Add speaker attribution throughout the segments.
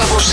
Speaker 1: Κάπως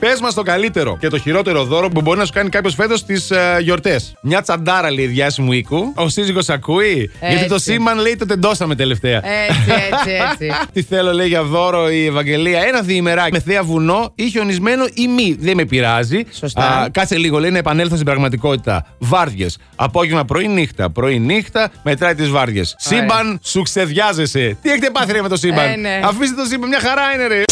Speaker 2: Πες μας το καλύτερο και το χειρότερο δώρο που μπορεί να σου κάνει κάποιος φέτος στις ε, γιορτές. Μια τσαντάρα λέει διάσημου οίκου. Ο σύζυγος ακούει. Γιατί το
Speaker 3: Έτσι.
Speaker 2: σήμαν λέει το τεντώσαμε τελευταία.
Speaker 3: Έτσι, έτσι, έτσι.
Speaker 2: Τι θέλω, λέει για δώρο η Ευαγγελία. Ένα διημεράκι με θέα βουνό ή χιονισμένο ή μη. Δεν με πειράζει.
Speaker 3: Σωστά.
Speaker 2: κάτσε λίγο, λέει να επανέλθω στην πραγματικότητα. Βάρδιες. Απόγευμα πρωί-νύχτα. Πρωί-νύχτα μετράει τις βάρδιες. Σύμπαν, σου ξεδιάζεσαι. Τι έχετε πάθει ρε με το σύμπαν.
Speaker 3: Ε, ναι.
Speaker 2: Αφήστε το σύμπαν, μια χαρά είναι ρε.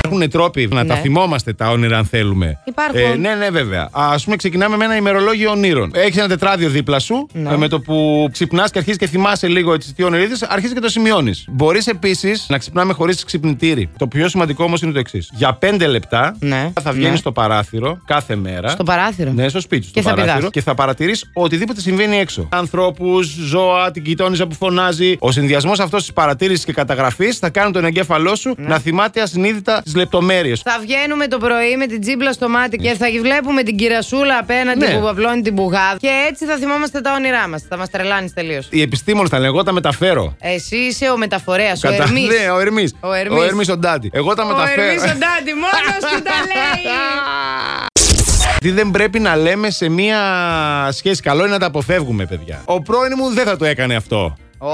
Speaker 2: Υπάρχουν τρόποι να τα
Speaker 3: Ναι.
Speaker 2: θυμόμαστε τα όνειρα, αν θέλουμε.
Speaker 3: Υπάρχουν.
Speaker 2: ναι, ναι, βέβαια. Ας ας πούμε, ξεκινάμε με ένα ημερολόγιο ονείρων. Έχεις ένα τετράδιο δίπλα σου.
Speaker 3: Ναι.
Speaker 2: ε, Με το που ξυπνάς και αρχίζεις και θυμάσαι λίγο έτσι, τι όνειρο είδες, αρχίζεις και το σημειώνεις. Μπορείς επίσης να ξυπνάμε χωρίς ξυπνητήρι. Το πιο σημαντικό όμως είναι το εξής. Για πέντε λεπτά
Speaker 3: Ναι.
Speaker 2: θα βγαίνεις
Speaker 3: Ναι.
Speaker 2: στο παράθυρο κάθε μέρα.
Speaker 3: Στο παράθυρο.
Speaker 2: Ναι, στο σπίτι σου.
Speaker 3: Και
Speaker 2: στο
Speaker 3: θα
Speaker 2: παράθυρο.
Speaker 3: πηδάς.
Speaker 2: Και θα παρατηρείς οτιδήποτε συμβαίνει έξω. Ανθρώπους, ζώα, την κοιτώνιζα που φωνάζει. Ο συνδυασμός αυτός της παρατήρησης και καταγραφής θα κάνει τον εγκέφαλό σου να θυμάται ασυνείδητα τις λεπτομέρειες.
Speaker 3: Ναι. Θα βγαίνουμε το πρωί με την τσίπλα στο μάτι και θα βλέπουμε την κυρασούλα απέναντι
Speaker 2: Ναι.
Speaker 3: που παπλώνει την μπουγάδα. Και έτσι θα θυμόμαστε τα όνειρά μας. Θα μας τρελάνεις τελείως.
Speaker 2: Οι επιστήμονες τα λένε, εγώ τα μεταφέρω.
Speaker 3: Εσύ είσαι ο μεταφορέας, ο
Speaker 2: Κατά-
Speaker 3: Ερμής.
Speaker 2: Ναι, ο Ερμής.
Speaker 3: Ο Ερμής.
Speaker 2: Ο Ερμής ο Ντάντη. Εγώ τα
Speaker 3: Ο Ερμή
Speaker 2: μεταφέρω.
Speaker 3: ο Ντάντι, μόνος του τα λέει.
Speaker 2: Τι δεν πρέπει να λέμε σε μία σχέση. Καλό είναι να τα αποφεύγουμε, παιδιά. Ο πρώην μου δεν θα το έκανε αυτό.
Speaker 3: Ω.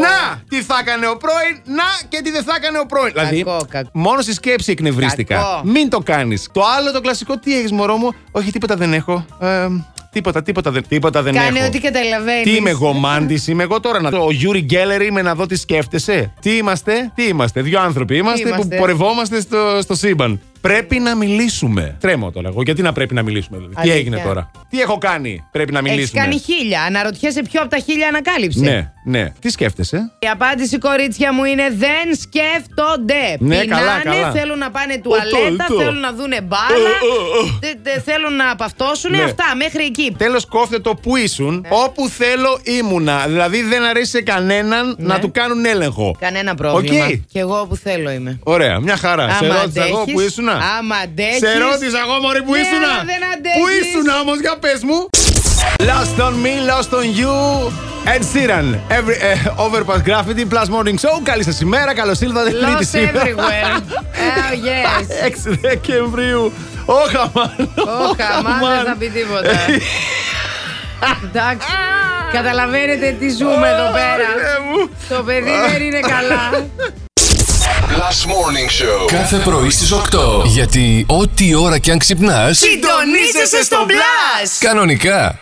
Speaker 2: Να! Τι θα έκανε ο πρώην, να και τι δεν θα έκανε ο πρώην. Δηλαδή,
Speaker 3: κακό.
Speaker 2: μόνο στη σκέψη εκνευρίστηκα.
Speaker 3: Κακό.
Speaker 2: Μην το κάνεις. Το άλλο, το κλασικό, τι έχεις, Μωρό μου. Όχι, τίποτα δεν έχω. Ε, τίποτα, τίποτα δεν, τίποτα δεν έχω.
Speaker 3: Κάνε ό,τι καταλαβαίνεις.
Speaker 2: Τι είμαι εγώ, Μάντης, είμαι εγώ τώρα. Να... Ο Γιούρι Γκέλερ είμαι να δω τι σκέφτεσαι. Τι είμαστε, τι είμαστε. Δύο άνθρωποι είμαστε,
Speaker 3: είμαστε.
Speaker 2: που πορευόμαστε στο, στο σύμπαν. Πρέπει να μιλήσουμε. Τρέμω τώρα εγώ. Γιατί να πρέπει να μιλήσουμε, δηλαδή.
Speaker 3: Αλήθεια.
Speaker 2: Τι έγινε τώρα. Τι έχω κάνει, πρέπει να
Speaker 3: Έχεις
Speaker 2: μιλήσουμε.
Speaker 3: κάνει χίλια. Αναρωτιέσαι ποιο από τα χίλια ανακάλυψε.
Speaker 2: Ναι, ναι. Τι σκέφτεσαι.
Speaker 3: Η απάντηση, κορίτσια μου, είναι δεν σκέφτονται.
Speaker 2: Ναι,
Speaker 3: Πεινάνε,
Speaker 2: καλά, καλά.
Speaker 3: θέλουν να πάνε τουαλέτα,
Speaker 2: το.
Speaker 3: θέλουν να δούνε μπάλα, δε- δε- θέλουν να απαυτώσουν.
Speaker 2: Ναι.
Speaker 3: Αυτά, μέχρι εκεί.
Speaker 2: Τέλος, κόφτε το που ήσουν.
Speaker 3: Ναι.
Speaker 2: Όπου θέλω ήμουνα. Δηλαδή δεν αρέσει σε κανέναν να του κάνουν έλεγχο.
Speaker 3: Ναι. Κανένα πρόβλημα.
Speaker 2: Οκ.
Speaker 3: Και εγώ που θέλω είμαι.
Speaker 2: Ωραία, μια χαρά. σε
Speaker 3: Άμα
Speaker 2: ρώτησα εγώ
Speaker 3: αντέχεις,
Speaker 2: που ήσουνα.
Speaker 3: άμα αντέχεις.
Speaker 2: Σε ρώτησα εγώ, Μωρή, που
Speaker 3: Ναι,
Speaker 2: ήσουνα.
Speaker 3: αλλά δεν αντέχεις.
Speaker 2: Πού ήσουνα όμως, για πες μου. Lost on me, lost on you. Ed Sheeran, every, eh, Overpass Graffiti plus Morning Show. Καλή σας ημέρα, καλώς ήλθατε. Τρίτη
Speaker 3: Lost
Speaker 2: σήμερα.
Speaker 3: everywhere. oh, yes.
Speaker 2: 6 Δεκεμβρίου. Όχα, μάλλον.
Speaker 3: Όχα, μάλλον δεν θα πει τίποτα.
Speaker 2: Ε,
Speaker 3: Εντάξει. Καταλαβαίνετε τι ζούμε εδώ πέρα.
Speaker 2: Χριστέ μου.
Speaker 3: Το παιδί δεν είναι καλά.
Speaker 1: Last Morning Show.
Speaker 4: Κάθε πρωί στις 8. Γιατί ό,τι ώρα κι αν ξυπνάς,
Speaker 3: Συντονίζεσαι στο μπλα!
Speaker 4: κανονικά.